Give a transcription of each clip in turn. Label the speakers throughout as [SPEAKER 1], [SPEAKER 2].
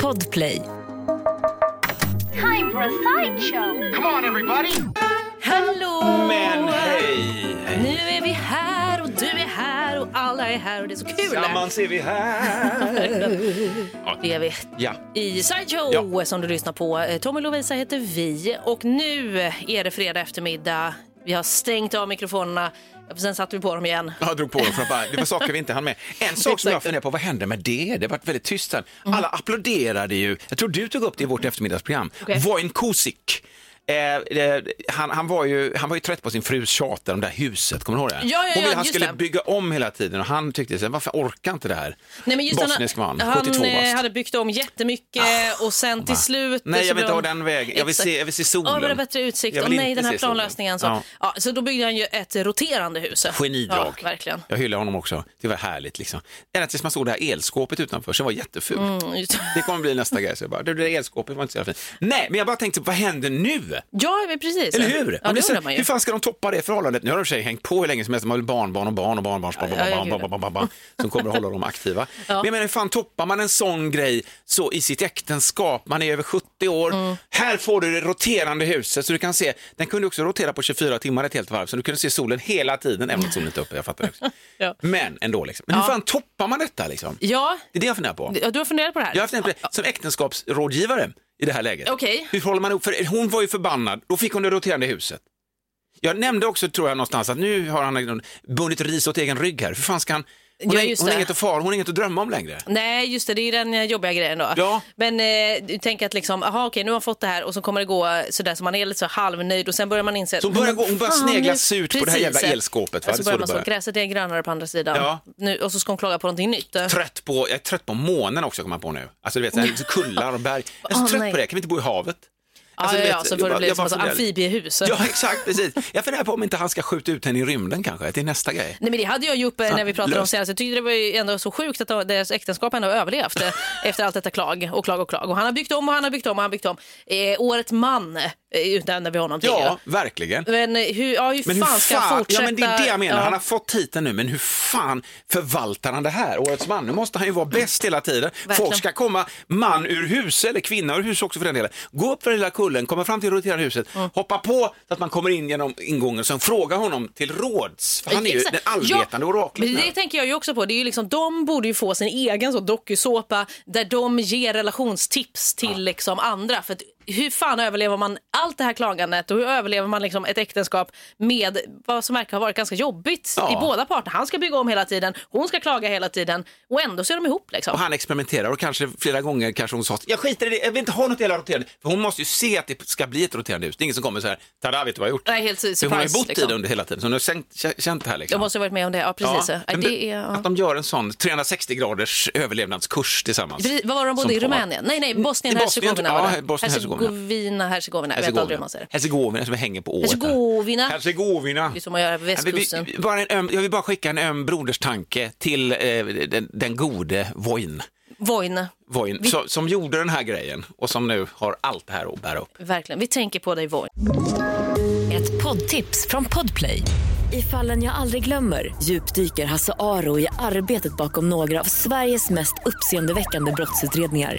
[SPEAKER 1] Podplay.
[SPEAKER 2] Time for a sideshow.
[SPEAKER 3] Come on, everybody!
[SPEAKER 1] Hallå!
[SPEAKER 4] Men hej!
[SPEAKER 1] Nu är vi här och du är här och alla är här och det är så kul.
[SPEAKER 4] Tillsammans är vi här.
[SPEAKER 1] Det är vi
[SPEAKER 4] Ja.
[SPEAKER 1] i Sideshow som du lyssnar på. Eh, Tommy Lovisa heter vi och nu är det fredag eftermiddag. Vi har stängt av mikrofonerna, sen satte vi på dem igen.
[SPEAKER 4] Jag drog på dem för att bara, det var saker vi inte hann med. En sak som jag
[SPEAKER 1] Exakt. Mm.
[SPEAKER 4] funderar på, vad hände med det? Det var väldigt tyst sen. Alla applåderade ju. Jag tror du tog upp det i vårt eftermiddagsprogram.
[SPEAKER 1] Okej.
[SPEAKER 4] Vojn Kosik. Eh, eh, han, han, var ju, han var ju trött på sin frus tjat om det där huset, kommer du ihåg det?
[SPEAKER 1] Ja, ja,
[SPEAKER 4] Hon ville
[SPEAKER 1] ja,
[SPEAKER 4] han
[SPEAKER 1] just
[SPEAKER 4] skulle
[SPEAKER 1] det.
[SPEAKER 4] bygga om hela tiden och han tyckte, så här, varför orkar inte det här?
[SPEAKER 1] Nej, men just
[SPEAKER 4] Bosnisk man,
[SPEAKER 1] han, han
[SPEAKER 4] 72
[SPEAKER 1] eh,
[SPEAKER 4] bast. Ah,
[SPEAKER 1] hade byggt om jättemycket och sen till
[SPEAKER 4] Va?
[SPEAKER 1] slut...
[SPEAKER 4] Nej,
[SPEAKER 1] så
[SPEAKER 4] jag
[SPEAKER 1] blev
[SPEAKER 4] vill inte ha
[SPEAKER 1] de-
[SPEAKER 4] den vägen. Jag vill se- jag vill se
[SPEAKER 1] Exakt.
[SPEAKER 4] solen.
[SPEAKER 1] Ja, det var bättre utsikt.
[SPEAKER 4] Jag
[SPEAKER 1] Åh
[SPEAKER 4] vill
[SPEAKER 1] nej,
[SPEAKER 4] inte
[SPEAKER 1] den här
[SPEAKER 4] se solen.
[SPEAKER 1] planlösningen. Så. Ja.
[SPEAKER 4] Ja.
[SPEAKER 1] så då byggde han ju ett roterande hus.
[SPEAKER 4] Genidrag.
[SPEAKER 1] Ja, verkligen.
[SPEAKER 4] Jag hyllar honom också. Det var härligt liksom. Ända tills man såg det här elskåpet utanför, så det var jättefult.
[SPEAKER 1] Mm, just-
[SPEAKER 4] Det kommer bli nästa grej. Så jag bara, det där elskåpet var inte så jävla fint. Nej, men jag bara tänkte, vad händer nu?
[SPEAKER 1] Ja, men precis.
[SPEAKER 4] Eller hur?
[SPEAKER 1] Ja,
[SPEAKER 4] Man blir
[SPEAKER 1] det
[SPEAKER 4] så-
[SPEAKER 1] undrar man ju.
[SPEAKER 4] hur fan ska de toppa det förhållandet? Nu har de i och för sig hängt på hur länge som helst. De har väl barnbarn och barn och barnbarns barn, barn,
[SPEAKER 1] ja,
[SPEAKER 4] barn,
[SPEAKER 1] gud.
[SPEAKER 4] barn, barn, barn, barn, som kommer att hålla dem aktiva. Men jag menar, hur fan toppar man en sån grej så i sitt äktenskap? Man är över 70 år.
[SPEAKER 1] Mm.
[SPEAKER 4] Här får du det roterande huset så du kan se. Den kunde också rotera på 24 timmar ett helt varv så du kunde se solen hela tiden, även om solen inte är uppe. Jag fattar det också.
[SPEAKER 1] Ja.
[SPEAKER 4] Men ändå, liksom. men hur fan toppar man detta? Liksom?
[SPEAKER 1] Ja,
[SPEAKER 4] Det är det jag funderar på.
[SPEAKER 1] ja, du har funderat på det här?
[SPEAKER 4] Jag har haft en som äktenskapsrådgivare i det här läget.
[SPEAKER 1] Okej.
[SPEAKER 4] Hur håller man ihop? För hon var ju förbannad, då fick hon det roterande huset. Jag nämnde också, tror jag, någonstans att nu har han liksom bundit ris åt egen rygg här. Hur fan ska han... Hon,
[SPEAKER 1] Ja,
[SPEAKER 4] har-
[SPEAKER 1] just
[SPEAKER 4] hon har
[SPEAKER 1] det.
[SPEAKER 4] inget att fara, hon har inget att drömma om längre.
[SPEAKER 1] Nej, just det, det är ju den eh, jobbiga grejen då.
[SPEAKER 4] Ja.
[SPEAKER 1] Men eh, du tänker att liksom, aha, okej, nu har jag fått det här och så kommer det gå sådär så man är lite så halvnöjd och sen börjar man inse att...
[SPEAKER 4] Så hon börjar gå- hon börjar snegla
[SPEAKER 1] nu-
[SPEAKER 4] surt på det här
[SPEAKER 1] precis.
[SPEAKER 4] jävla elskåpet,
[SPEAKER 1] Så
[SPEAKER 4] va? Det är så
[SPEAKER 1] börjar
[SPEAKER 4] det
[SPEAKER 1] man så,
[SPEAKER 4] börjar.
[SPEAKER 1] gräset är grönare på andra sidan.
[SPEAKER 4] Ja.
[SPEAKER 1] Nu, och så ska hon klaga på någonting nytt.
[SPEAKER 4] Trött på, jag är trött på månen också, kommer jag på nu. Alltså du vet, så här, kullar och berg. Jag är så
[SPEAKER 1] Åh,
[SPEAKER 4] trött
[SPEAKER 1] nej.
[SPEAKER 4] på det, kan vi inte bo i havet?
[SPEAKER 1] ja,
[SPEAKER 4] Alltså,
[SPEAKER 1] ja,
[SPEAKER 4] du
[SPEAKER 1] ja,
[SPEAKER 4] vet,
[SPEAKER 1] så
[SPEAKER 4] jag
[SPEAKER 1] får det
[SPEAKER 4] bara-
[SPEAKER 1] bli
[SPEAKER 4] jag
[SPEAKER 1] som
[SPEAKER 4] bara
[SPEAKER 1] ett
[SPEAKER 4] funderar.
[SPEAKER 1] amfibiehus.
[SPEAKER 4] Ja, exakt, precis. Jag funderar på om inte han ska skjuta ut henne i rymden kanske, till nästa grej.
[SPEAKER 1] Nej men det hade jag ju uppe när vi pratade om
[SPEAKER 4] Ah, löst.
[SPEAKER 1] senast. Jag tyckte det var ju ändå så sjukt att deras äktenskap ändå har överlevt eh, efter allt detta klag och klag och klag. Och han har byggt om och han har byggt om och han har byggt om. Eh, året man eh, utnämner vi honom till.
[SPEAKER 4] Ja, verkligen.
[SPEAKER 1] ju. Men eh, hur, ja, hur,
[SPEAKER 4] Men hur
[SPEAKER 1] fan,
[SPEAKER 4] fan,
[SPEAKER 1] ska han fortsätta?
[SPEAKER 4] ja men det är det jag menar,
[SPEAKER 1] Ja.
[SPEAKER 4] han har fått titeln nu, men hur fan förvaltar han det här? Årets man, nu måste han ju vara bäst hela tiden.
[SPEAKER 1] Verkligen.
[SPEAKER 4] Folk ska komma man ur hus, eller kvinna ur hus också för den delen. Gå upp för den lilla kullen, komma fram till roterande huset,
[SPEAKER 1] Mm.
[SPEAKER 4] hoppa på så att man kommer in genom ingången, sen fråga honom till råds, för han är ju
[SPEAKER 1] Exakt.
[SPEAKER 4] den allvetande
[SPEAKER 1] ja,
[SPEAKER 4] oraklet.
[SPEAKER 1] men
[SPEAKER 4] nu.
[SPEAKER 1] Det tänker jag ju också på. Det är ju liksom, de borde ju få sin egen så dokusåpa där de ger relationstips till liksom andra. För att, hur fan överlever man allt det här klagandet och hur överlever man liksom ett äktenskap med vad som verkar ha varit ganska jobbigt
[SPEAKER 4] Ja.
[SPEAKER 1] i båda parter. Han ska bygga om hela tiden, hon ska klaga hela tiden och ändå så är de ihop. Liksom.
[SPEAKER 4] Och han experimenterar och kanske flera gånger kanske hon sa att jag skiter i det, jag vill inte ha något jävla roterande. För hon måste ju se att det ska bli ett roterande hus. Det är ingen som kommer så här, tada vet du vad jag har gjort?
[SPEAKER 1] Nej, helt surprise,
[SPEAKER 4] För hon har ju bott
[SPEAKER 1] liksom.
[SPEAKER 4] i det under hela tiden, så hon har känt, känt det här liksom.
[SPEAKER 1] De måste ha varit med om det. Ja, precis. Ja.
[SPEAKER 4] men
[SPEAKER 1] det är, ja.
[SPEAKER 4] Att de gör en sån 360 graders överlevnadskurs tillsammans.
[SPEAKER 1] Precis, Vad var de bodde
[SPEAKER 4] Som
[SPEAKER 1] i?
[SPEAKER 4] par.
[SPEAKER 1] Rumänien? Nej, nej, Bosnien
[SPEAKER 4] I Bosnien,
[SPEAKER 1] Hercegovina
[SPEAKER 4] ja,
[SPEAKER 1] var det.
[SPEAKER 4] Bosnien-Hercegovina.
[SPEAKER 1] Hercegovina, Hercegovina. Jag vet aldrig hur
[SPEAKER 4] Hercegovina.
[SPEAKER 1] man säger det.
[SPEAKER 4] Hercegovina som hänger på året. här.
[SPEAKER 1] Hercegovina.
[SPEAKER 4] Hercegovina.
[SPEAKER 1] Det är som att göra på
[SPEAKER 4] Ja, men vi-
[SPEAKER 1] västkusten.
[SPEAKER 4] vi- Bara en öm, jag vill bara skicka en öm broderstanke till eh, den, den gode Voin,
[SPEAKER 1] Vojn.
[SPEAKER 4] Voin som, som gjorde den här grejen och som nu har allt det här att bära upp.
[SPEAKER 1] Verkligen. Vi tänker på dig Vojn.
[SPEAKER 5] Ett poddtips från Podplay. I fallen jag aldrig glömmer djupdyker Hasse Aro i arbetet bakom några av Sveriges mest uppseendeväckande brottsutredningar.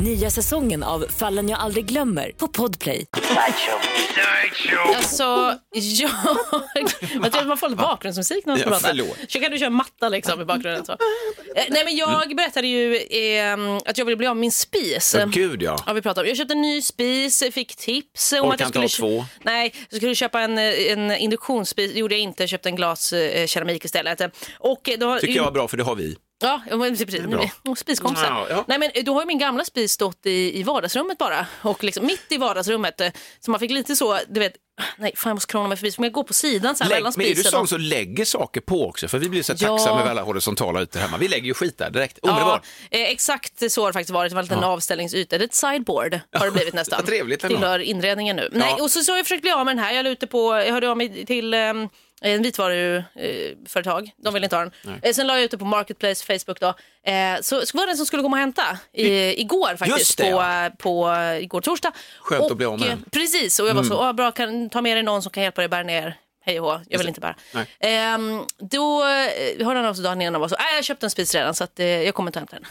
[SPEAKER 5] Nya säsongen av Fallen jag aldrig glömmer på Podplay.
[SPEAKER 1] Alltså, ja. Man, tror att man får lite bakgrundsmusik när man ska
[SPEAKER 4] Ja,
[SPEAKER 1] prata.
[SPEAKER 4] förlåt.
[SPEAKER 1] Så kan du köra matta liksom i bakgrunden. Så. Eh, Nej, men jag berättade ju eh, att jag ville bli av med min spis.
[SPEAKER 4] Mm. Ja, gud, ja.
[SPEAKER 1] vi pratade om. Jag köpte en ny spis, fick tips. Om
[SPEAKER 4] Orkar
[SPEAKER 1] att jag
[SPEAKER 4] inte
[SPEAKER 1] skulle
[SPEAKER 4] ha
[SPEAKER 1] kö- Nej, jag skulle köpa en, eh, en induktionsspis. Det gjorde jag inte. Jag köpte en glaskeramik istället. Och eh, då, har-
[SPEAKER 4] Tycker jag var bra för det har vi.
[SPEAKER 1] Ja, ja, men precis.
[SPEAKER 4] är bra.
[SPEAKER 1] Och Spiskompisar.
[SPEAKER 4] Ja, ja.
[SPEAKER 1] Nej, men eh, då har ju min gamla spis stått i, i vardagsrummet bara. Och liksom mitt i vardagsrummet. eh, Så man fick lite så, du vet, nej fan jag måste krångla mig förbi. Så får jag gå på sidan så här
[SPEAKER 4] Lägg,
[SPEAKER 1] mellan
[SPEAKER 4] men är du
[SPEAKER 1] spisen.
[SPEAKER 4] sån som lägger saker på också? För vi blir så
[SPEAKER 1] Ja.
[SPEAKER 4] tacksamma över alla horisontala ytor hemma. Vi lägger ju skit där direkt,
[SPEAKER 1] Ja,
[SPEAKER 4] omedelbart.
[SPEAKER 1] eh, exakt så har det faktiskt varit. Det var en liten avställningsyta. Det är ett sideboard har det blivit nästan.
[SPEAKER 4] Vad trevligt ändå.
[SPEAKER 1] Tillhör inredningen nu. Nej, och så, så har jag försökt bli av med den här. Jag la ut det på, jag hörde av mig till ehm, en vitvaruföretag. De ville inte ha den. Eh, Sen la jag ut det på Marketplace, Facebook då. Eh, Så så var det den som skulle komma och hämta i, igår faktiskt.
[SPEAKER 4] det,
[SPEAKER 1] på,
[SPEAKER 4] ja.
[SPEAKER 1] på, eh, igår torsdag.
[SPEAKER 4] Skönt att
[SPEAKER 1] Och,
[SPEAKER 4] bli av med den. Mm.
[SPEAKER 1] eh, Precis, och jag var så, ah, bra, kan, ta med dig någon som kan hjälpa dig bära ner. Hej och hå, jag vill inte bära.
[SPEAKER 4] Nej.
[SPEAKER 1] Ehm, då eh, hörde han av sig dagen innan och var så, nej jag köpte en spis redan så att, eh, jag kommer inte hämta den.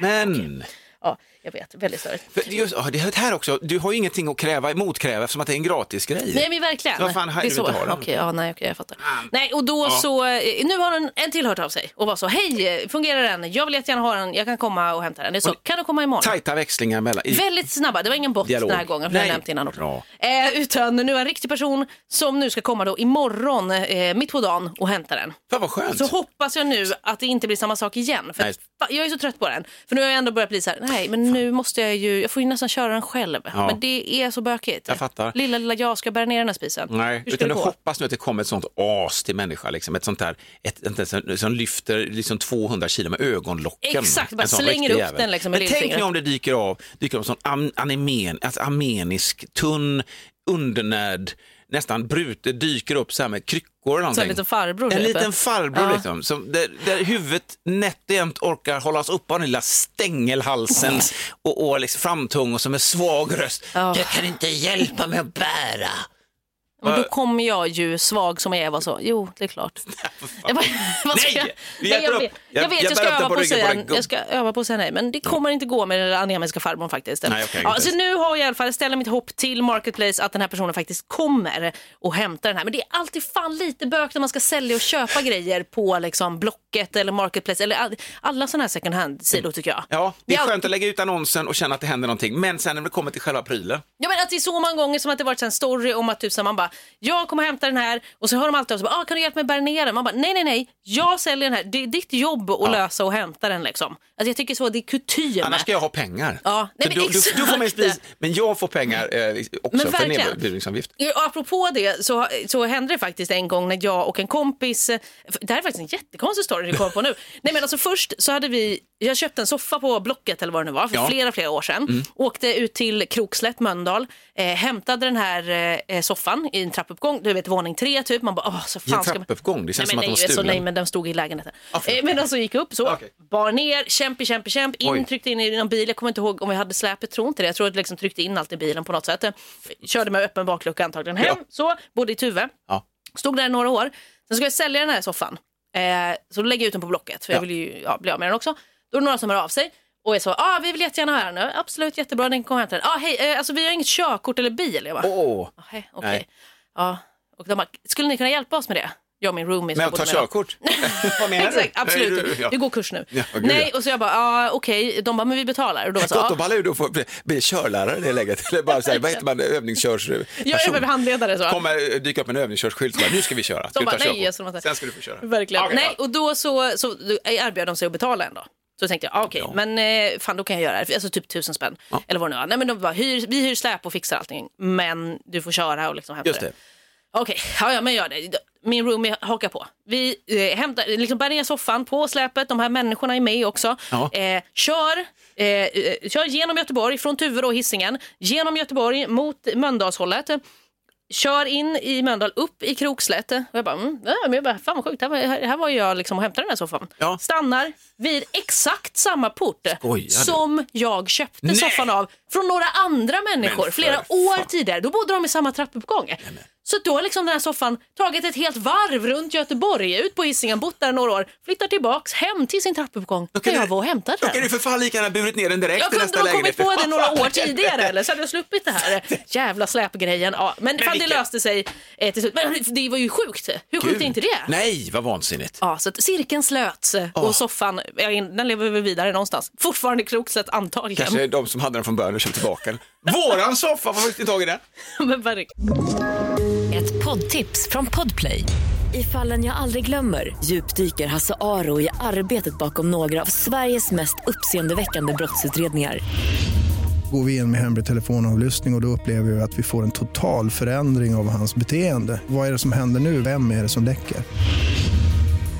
[SPEAKER 4] Men,
[SPEAKER 1] Ja, jag vet, väldigt störigt.
[SPEAKER 4] för just, ja, det här också, du har ju ingenting att kräva, motkräva eftersom att det är en gratis grej.
[SPEAKER 1] Nej men verkligen.
[SPEAKER 4] Så vad fan, här
[SPEAKER 1] det är
[SPEAKER 4] vill vi
[SPEAKER 1] så.
[SPEAKER 4] inte Ah. ha den.
[SPEAKER 1] Okej, ja, nej, okej, jag fattar. Nej, och då så, eh, nu har en, en till hört av sig och var så, hej, eh, fungerar den? Jag vill jättegärna ha den, jag kan komma och hämta den. Det är så, kan du komma imorgon?
[SPEAKER 4] Tajta växlingar mellan... i-
[SPEAKER 1] Väldigt snabba, det var ingen bot
[SPEAKER 4] Dialog.
[SPEAKER 1] den här gången för det har jag
[SPEAKER 4] Nej.
[SPEAKER 1] nämnt innan också.
[SPEAKER 4] Bra.
[SPEAKER 1] Eh, utan nu är en riktig person som nu ska komma då imorgon, eh, mitt på dagen och hämta den.
[SPEAKER 4] Fan vad skönt.
[SPEAKER 1] Så hoppas jag nu att det inte blir samma sak igen. För
[SPEAKER 4] Nej.
[SPEAKER 1] att, fa- jag är så trött på den. För nu har jag ändå börjat bli så här, nej men nu måste jag ju, jag får ju nästan köra den själv.
[SPEAKER 4] Ja.
[SPEAKER 1] Men det är så bökigt.
[SPEAKER 4] Jag fattar.
[SPEAKER 1] Lilla, lilla jag ska bära ner den här spisen.
[SPEAKER 4] Nej,
[SPEAKER 1] Hur ska
[SPEAKER 4] utan
[SPEAKER 1] det
[SPEAKER 4] du
[SPEAKER 1] gå?
[SPEAKER 4] hoppas nu att det kommer ett sånt as till människa, liksom, ett sånt där, ett, ett, ett, som lyfter liksom 200 kilo med ögonlocken.
[SPEAKER 1] Exakt, bara
[SPEAKER 4] En sån
[SPEAKER 1] slänger
[SPEAKER 4] riktig
[SPEAKER 1] upp
[SPEAKER 4] jävel.
[SPEAKER 1] den liksom med
[SPEAKER 4] Men tänk
[SPEAKER 1] lillfingret.
[SPEAKER 4] nu om det dyker av, dyker av en sån am, animen, alltså armenisk, tunn, undernärd, nästan bruten, dyker upp så här med kryckor eller någonting.
[SPEAKER 1] en liten farbror,
[SPEAKER 4] En
[SPEAKER 1] typ.
[SPEAKER 4] liten farbror
[SPEAKER 1] Ja.
[SPEAKER 4] liksom, som där, där huvudet nätt och jämnt orkar hållas upp av den lilla stängelhalsen och, och liksom framtung och som en svag röst.
[SPEAKER 1] Ja.
[SPEAKER 4] Du kan inte hjälpa mig att bära.
[SPEAKER 1] Men då kommer jag ju svag som jag är vara så, jo det är klart. Jag bara, vad ska jag-
[SPEAKER 4] Nej, vi
[SPEAKER 1] Nej,
[SPEAKER 4] hjälper
[SPEAKER 1] jag
[SPEAKER 4] upp.
[SPEAKER 1] vet-
[SPEAKER 4] Jag-
[SPEAKER 1] Jag vet,
[SPEAKER 4] jag
[SPEAKER 1] jag ska
[SPEAKER 4] bär upp den
[SPEAKER 1] öva
[SPEAKER 4] på
[SPEAKER 1] på att
[SPEAKER 4] ryggen på
[SPEAKER 1] säga
[SPEAKER 4] den gubben.
[SPEAKER 1] jag ska öva på att säga nej, men det kommer inte gå med den där anemiska farbrorn faktiskt.
[SPEAKER 4] Nej, okej,
[SPEAKER 1] ja,
[SPEAKER 4] inte.
[SPEAKER 1] så nu har jag i alla fall, jag ställer mitt hopp till Marketplace att den här personen faktiskt kommer och hämtar den här. Men det är alltid fan lite bök när man ska sälja och köpa grejer på liksom Blocket eller Marketplace eller all, alla sådana här second hand-sidor tycker jag.
[SPEAKER 4] Mm. Ja, det är
[SPEAKER 1] alltid-
[SPEAKER 4] skönt att lägga ut annonsen och känna att det händer någonting, men sen när det kommer till själva prylen.
[SPEAKER 1] Ja men att det är så många gånger som att det varit en story om att typ så här, man bara, jag kommer hämta den här och så hör de alltid av sig, bara, ah, kan du hjälpa mig bära ner den? Man bara, nej nej nej, jag säljer den här, det är ditt jobb att lösa och hämta den liksom. Alltså jag tycker så, det är kutym.
[SPEAKER 4] Annars ska jag ha pengar.
[SPEAKER 1] Ja, nej,
[SPEAKER 4] Så
[SPEAKER 1] men
[SPEAKER 4] du, du, du får mig
[SPEAKER 1] exakt.
[SPEAKER 4] spis, men jag får pengar eh, också
[SPEAKER 1] Men
[SPEAKER 4] för
[SPEAKER 1] verkligen.
[SPEAKER 4] nedbudningsavgift.
[SPEAKER 1] Ja, och Apropå det så, så hände det faktiskt en gång när jag och en kompis, det här är faktiskt en jättekonstig story du kommer på nu. Nej men alltså först så hade vi, jag köpte en soffa på Blocket eller vad det nu var för
[SPEAKER 4] Ja. Mm.
[SPEAKER 1] flera flera år sedan. Åkte ut till Krokslätt, Mölndal, eh, hämtade den här eh, soffan i en trappuppgång, du vet våning tre typ. Man bara, åh så
[SPEAKER 4] I en
[SPEAKER 1] fan ska man...
[SPEAKER 4] trappuppgång, det
[SPEAKER 1] Nej, men,
[SPEAKER 4] känns som
[SPEAKER 1] nej,
[SPEAKER 4] att de var
[SPEAKER 1] så, nej,
[SPEAKER 4] stulen.
[SPEAKER 1] men den stod i lägenheten.
[SPEAKER 4] Ah, förlåt.
[SPEAKER 1] Eh, men alltså gick upp så,
[SPEAKER 4] Okej.
[SPEAKER 1] bar ner, kämp, kämp, kämp, in,
[SPEAKER 4] Oj.
[SPEAKER 1] tryckte in i någon bil. Jag kommer inte ihåg om vi hade släpet, tror inte det. Jag tror att det liksom tryckte in allt i bilen på något sätt. Eh, Körde med öppen baklucka antagligen hem,
[SPEAKER 4] Ja.
[SPEAKER 1] så, bodde i Tuve.
[SPEAKER 4] Ja.
[SPEAKER 1] Stod där i några år. Sen ska jag sälja den här soffan. Eh, så då lägger jag ut den på Blocket, för jag
[SPEAKER 4] Ja.
[SPEAKER 1] vill ju ja, bli av med den också. Då är det några som hör av sig och är så, ah, vi vill jättegärna ha den. Ja, Absolut, jättebra, den kommer hämta den. Ah, hej, eh, alltså vi har inget körkort eller bil. Jag bara,
[SPEAKER 4] Åh,
[SPEAKER 1] "Ah, hej, okej.
[SPEAKER 4] Nej.
[SPEAKER 1] Ja. Och de bara, skulle ni kunna hjälpa oss med det? Jag och min roomie. som
[SPEAKER 4] men jag
[SPEAKER 1] bodde
[SPEAKER 4] tar
[SPEAKER 1] med dem.
[SPEAKER 4] körkort. Vad menar du?
[SPEAKER 1] Exakt,
[SPEAKER 4] Nej,
[SPEAKER 1] absolut.
[SPEAKER 4] du- ja.
[SPEAKER 1] Du går kurs nu.
[SPEAKER 4] Ja, gud,
[SPEAKER 1] Nej,
[SPEAKER 4] ja.
[SPEAKER 1] och så jag bara, ah, okej. De bara, men vi betalar. Och då var jag så,
[SPEAKER 4] Gott och
[SPEAKER 1] ah.
[SPEAKER 4] Baloo, då får bli, bli körlärare i det läget. Eller bara så här, vad heter man, övningskörsperson.
[SPEAKER 1] Jag är handledare så.
[SPEAKER 4] Kommer dyka upp en övningskörsskylt och bara, nu ska vi köra. Ska
[SPEAKER 1] De
[SPEAKER 4] du ta
[SPEAKER 1] bara, nej,
[SPEAKER 4] körkort?
[SPEAKER 1] så de bara-
[SPEAKER 4] Sen ska du få köra.
[SPEAKER 1] Verkligen.
[SPEAKER 4] Okej,
[SPEAKER 1] Nej,
[SPEAKER 4] ja.
[SPEAKER 1] och då så, så erbjöd de sig att betala ändå. Så tänkte jag, ah, okej, men eh, fan då kan jag göra det. Alltså typ tusen spänn. Eller vad det nu var. Nej, men de bara, hyr, vi hyr släp och fixar allting. Men du får köra och liksom hämta
[SPEAKER 4] Just det.
[SPEAKER 1] Okej, ja, ja, men gör det. Min roomie hakar på. Vi eh, hämtar, liksom bär ner soffan på släpet, de här människorna är med också.
[SPEAKER 4] Ja.
[SPEAKER 1] Eh, kör, eh, eh, kör genom Göteborg, från Tuve och Hisingen, genom Göteborg mot Mölndalshållet. Kör in i Mölndal, upp i Krokslätt. Och jag bara, mm, ja, men jag bara fan vad sjukt, här var, här var jag liksom och hämtade den här soffan.
[SPEAKER 4] Ja.
[SPEAKER 1] Stannar vid exakt samma port
[SPEAKER 4] Skojar du?
[SPEAKER 1] som jag köpte
[SPEAKER 4] Nej.
[SPEAKER 1] soffan av från några andra människor
[SPEAKER 4] Men för
[SPEAKER 1] flera år
[SPEAKER 4] fan.
[SPEAKER 1] tidigare. Då bodde de i samma trappuppgång. Så då har liksom den här soffan tagit ett helt varv runt Göteborg, ut på Hisingen, bott där några år, flyttar tillbaks hem till sin trappuppgång där
[SPEAKER 4] du-
[SPEAKER 1] jag var och hämtade
[SPEAKER 4] Då
[SPEAKER 1] den.
[SPEAKER 4] kan du för fan lika gärna burit ner den direkt
[SPEAKER 1] Jag
[SPEAKER 4] i
[SPEAKER 1] kunde
[SPEAKER 4] nästa
[SPEAKER 1] inte ha kommit
[SPEAKER 4] lägenhet.
[SPEAKER 1] på det några år tidigare eller så hade jag sluppit det här jävla släpgrejen. Ja, men fan, det
[SPEAKER 4] vilken-
[SPEAKER 1] löste sig eh, till slut. Men det var ju sjukt. Hur sjukt är inte det?
[SPEAKER 4] Nej, vad vansinnigt.
[SPEAKER 1] Ja, så att cirkeln slöts eh, och soffan, ja, den lever väl vidare någonstans. Fortfarande Krokslätt antagligen.
[SPEAKER 4] Kanske de som hade den från början och köpte tillbaka den. Våran soffa, varför fick ni tag i den?
[SPEAKER 1] Men verkligen.
[SPEAKER 5] Ett poddtips från Podplay. I fallen jag aldrig glömmer djupdyker Hasse Aro i arbetet bakom några av Sveriges mest uppseendeväckande brottsutredningar.
[SPEAKER 6] Går vi in med hemlig telefonavlyssning och, och då upplever vi att vi får en total förändring av hans beteende. Vad är det som händer nu? Vem är det som läcker?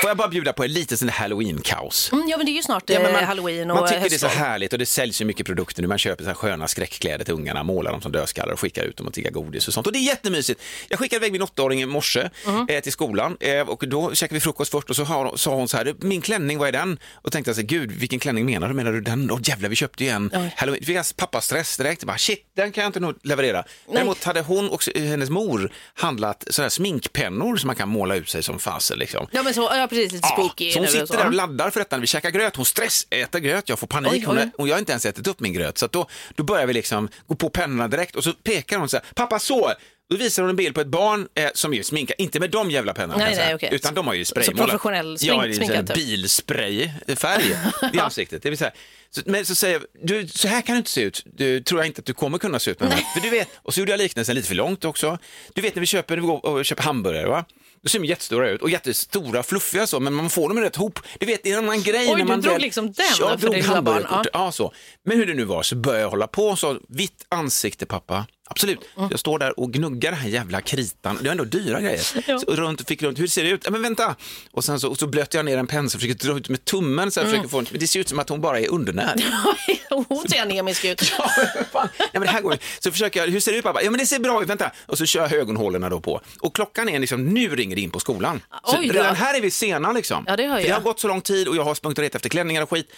[SPEAKER 4] Får jag bara bjuda på en liten sån där halloween-kaos?
[SPEAKER 1] Mm, ja men det är ju snart
[SPEAKER 4] Ja,
[SPEAKER 1] eh,
[SPEAKER 4] men man,
[SPEAKER 1] halloween och
[SPEAKER 4] man tycker det är så
[SPEAKER 1] höstlov.
[SPEAKER 4] härligt och det säljs ju mycket produkter nu. Man köper så här sköna skräckkläder till ungarna, målar dem som dödskallar och skickar ut dem och tiggar godis och sånt. Och det är jättemysigt. Jag skickade iväg min åttaåring i morse
[SPEAKER 1] Mhm.
[SPEAKER 4] eh, till skolan eh, och då käkade vi frukost först och så har, sa hon så här, min klänning, vad är den? Och tänkte jag så här, gud vilken klänning menar du? Menar du den? Åh jävlar, vi köpte ju en
[SPEAKER 1] Oj.
[SPEAKER 4] halloween. Fick jag pappastress direkt, bara, shit, den kan jag inte nog leverera. Däremot hade hon och eh, hennes mor handlat sådana här sminkpennor som man kan måla ut sig som fasen liksom.
[SPEAKER 1] Ja men så, ja precis, lite spooky.
[SPEAKER 4] Så hon
[SPEAKER 1] nu och
[SPEAKER 4] sitter
[SPEAKER 1] så.
[SPEAKER 4] där och laddar för detta när vi käkar gröt. Hon stressäter gröt, jag får panik.
[SPEAKER 1] Oj,
[SPEAKER 4] Hon
[SPEAKER 1] oj.
[SPEAKER 4] är, och jag har inte ens ätit upp min gröt. Så att då, då börjar vi liksom gå på pennorna direkt och så pekar hon så här, pappa så! Då visar hon en bild på ett barn eh, som ju sminkar, inte med de jävla
[SPEAKER 1] Nej,
[SPEAKER 4] pennorna kan jag
[SPEAKER 1] nej,
[SPEAKER 4] säga,
[SPEAKER 1] okej.
[SPEAKER 4] utan de har ju
[SPEAKER 1] Så-
[SPEAKER 4] spraymålat.
[SPEAKER 1] så professionell smink-
[SPEAKER 4] ja, det är så här
[SPEAKER 1] sminkad, typ.
[SPEAKER 4] bilsprayfärg i ansiktet. Det vill säga, så, men så säger jag, du, så här kan du inte se ut, du tror jag inte att du kommer kunna se ut. Med den här. för du vet, och så gjorde jag liknelsen lite för långt också. Du vet när vi köper, när vi går och köper hamburgare, va? då ser de jättestora ut och jättestora, fluffiga så, men man får dem rätt ihop. Du vet, det är en annan grej.
[SPEAKER 1] Oj,
[SPEAKER 4] när
[SPEAKER 1] du
[SPEAKER 4] man
[SPEAKER 1] drog liksom den
[SPEAKER 4] Jag
[SPEAKER 1] för
[SPEAKER 4] drog
[SPEAKER 1] det lilla barn,
[SPEAKER 4] hamburgerkortet, ja. så. Men hur det nu var så började jag hålla på och sa, vitt ansikte pappa. Absolut, jag står där och gnuggar den här jävla kritan. Det var ändå dyra grejer. Så runt och fick runt, hur ser det ut? Ja, men vänta! Och sen så, och så blötte jag ner en pensel, försökte dra ut med tummen, så här, försöker få, en- men det ser ut som att hon bara är undernärd.
[SPEAKER 1] hon ser anemisk ut.
[SPEAKER 4] Ja, men fan. Nej, men det här går ju. Så försöker jag, hur ser det ut pappa? Ja men det ser bra ut, vänta. Och så kör jag ögonhålorna då på. Och klockan är liksom, nu ringer det in på skolan. Så
[SPEAKER 1] Oj då.
[SPEAKER 4] redan här är vi sena liksom.
[SPEAKER 1] Ja, det hör
[SPEAKER 4] För
[SPEAKER 1] jag.
[SPEAKER 4] har gått så lång tid och jag har sprungit och letat efter klänningar och skit.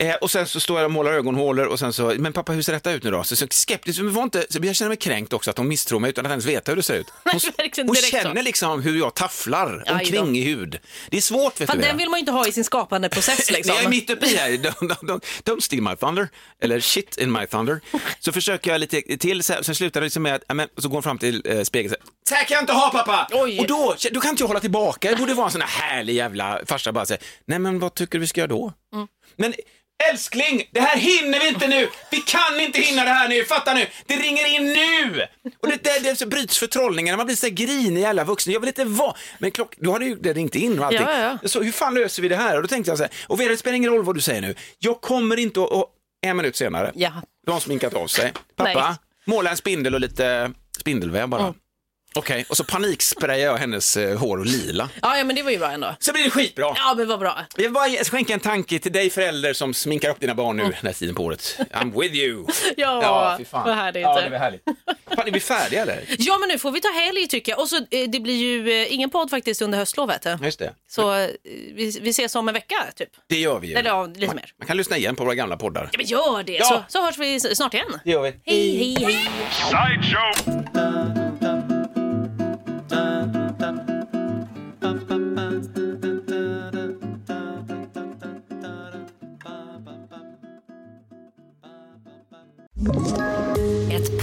[SPEAKER 4] Eh, och sen så står jag och målar ögonhålor och sen så, men pappa hur ser detta ut nu då? Så, så skeptisk, men var inte, så jag känner mig kränkt också att hon misstror mig utan att ens veta hur det ser ut. Hon,
[SPEAKER 1] Nej, verkligen
[SPEAKER 4] hon
[SPEAKER 1] direkt så.
[SPEAKER 4] känner liksom hur jag tafflar
[SPEAKER 1] Aj då.
[SPEAKER 4] omkring i hud. Det är svårt vet
[SPEAKER 1] Fan,
[SPEAKER 4] du
[SPEAKER 1] den
[SPEAKER 4] Vera.
[SPEAKER 1] vill man ju inte ha i sin skapande process liksom.
[SPEAKER 4] Jag är mitt uppe i det här, don't, don't, don't, don't steal my thunder, eller shit in my thunder. Så försöker jag lite till, så här, sen slutar det liksom med att, ja, men, så går hon fram till eh, spegeln och så här kan jag inte ha pappa!
[SPEAKER 1] Oj.
[SPEAKER 4] Och då, då kan inte jag hålla tillbaka, det borde vara en sån här härlig jävla farsa bara säger, nej men vad tycker du vi ska göra då?
[SPEAKER 1] Mm.
[SPEAKER 4] Men älskling, det här hinner vi inte nu! Vi kan inte hinna det här nu, fatta nu! Det ringer in nu! Och det, det, det så bryts förtrollningarna, man blir så här grinig i alla vuxna, jag vill inte vara... Men klock, då hade ju det ringt in och allting.
[SPEAKER 1] Ja, ja, ja.
[SPEAKER 4] Så hur fan löser vi det här? Och då tänkte jag så här, och Vera, det spelar ingen roll vad du säger nu. Jag kommer inte att... Och, en minut senare,
[SPEAKER 1] Ja.
[SPEAKER 4] då har hon sminkat av sig. Pappa,
[SPEAKER 1] Nej.
[SPEAKER 4] måla en spindel och lite spindelväv bara. Okej, och så paniksprayar jag hennes eh, hår och lila.
[SPEAKER 1] Ja, ja men det var ju bra ändå.
[SPEAKER 4] Så blir det skitbra.
[SPEAKER 1] Ja men vad bra.
[SPEAKER 4] Jag vill bara skänka en tanke till dig förälder som sminkar upp dina barn nu den här tiden på året. I'm with you.
[SPEAKER 1] Ja,
[SPEAKER 4] fy fan.
[SPEAKER 1] vad härligt.
[SPEAKER 4] Ja, det var härligt. Fan, är vi färdiga eller?
[SPEAKER 1] Ja men nu får vi ta helg tycker jag. Och så eh, det blir ju eh, ingen podd faktiskt under höstlovet. eh.
[SPEAKER 4] Ja, Just det.
[SPEAKER 1] Så eh, vi, vi ses om en vecka typ.
[SPEAKER 4] Det gör vi ju.
[SPEAKER 1] Eller ja, lite mer.
[SPEAKER 4] Man kan lyssna igen på våra gamla poddar.
[SPEAKER 1] Ja men gör det.
[SPEAKER 4] Ja.
[SPEAKER 1] Så, så hörs vi s- snart igen.
[SPEAKER 4] Det gör vi.
[SPEAKER 1] Hej hej hej.
[SPEAKER 5] Ett